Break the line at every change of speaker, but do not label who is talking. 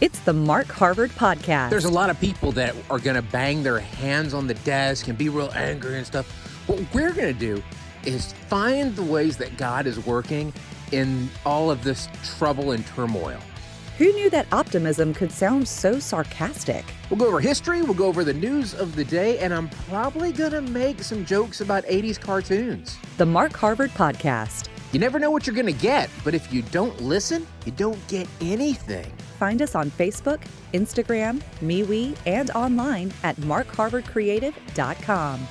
It's the Mark Harvard Podcast.
There's a lot of people that are going to bang their hands on the desk and be real angry and stuff. What we're going to do is find the ways that God is working in all of this trouble and turmoil.
Who knew that optimism could sound so sarcastic?
We'll go over history, we'll go over the news of the day, and I'm probably going to make some jokes about 80s cartoons.
The Mark Harvard Podcast.
You never know what you're going to get, but if you don't listen, you don't get anything.
Find us on Facebook, Instagram, MeWe, and online at markharvardcreative.com.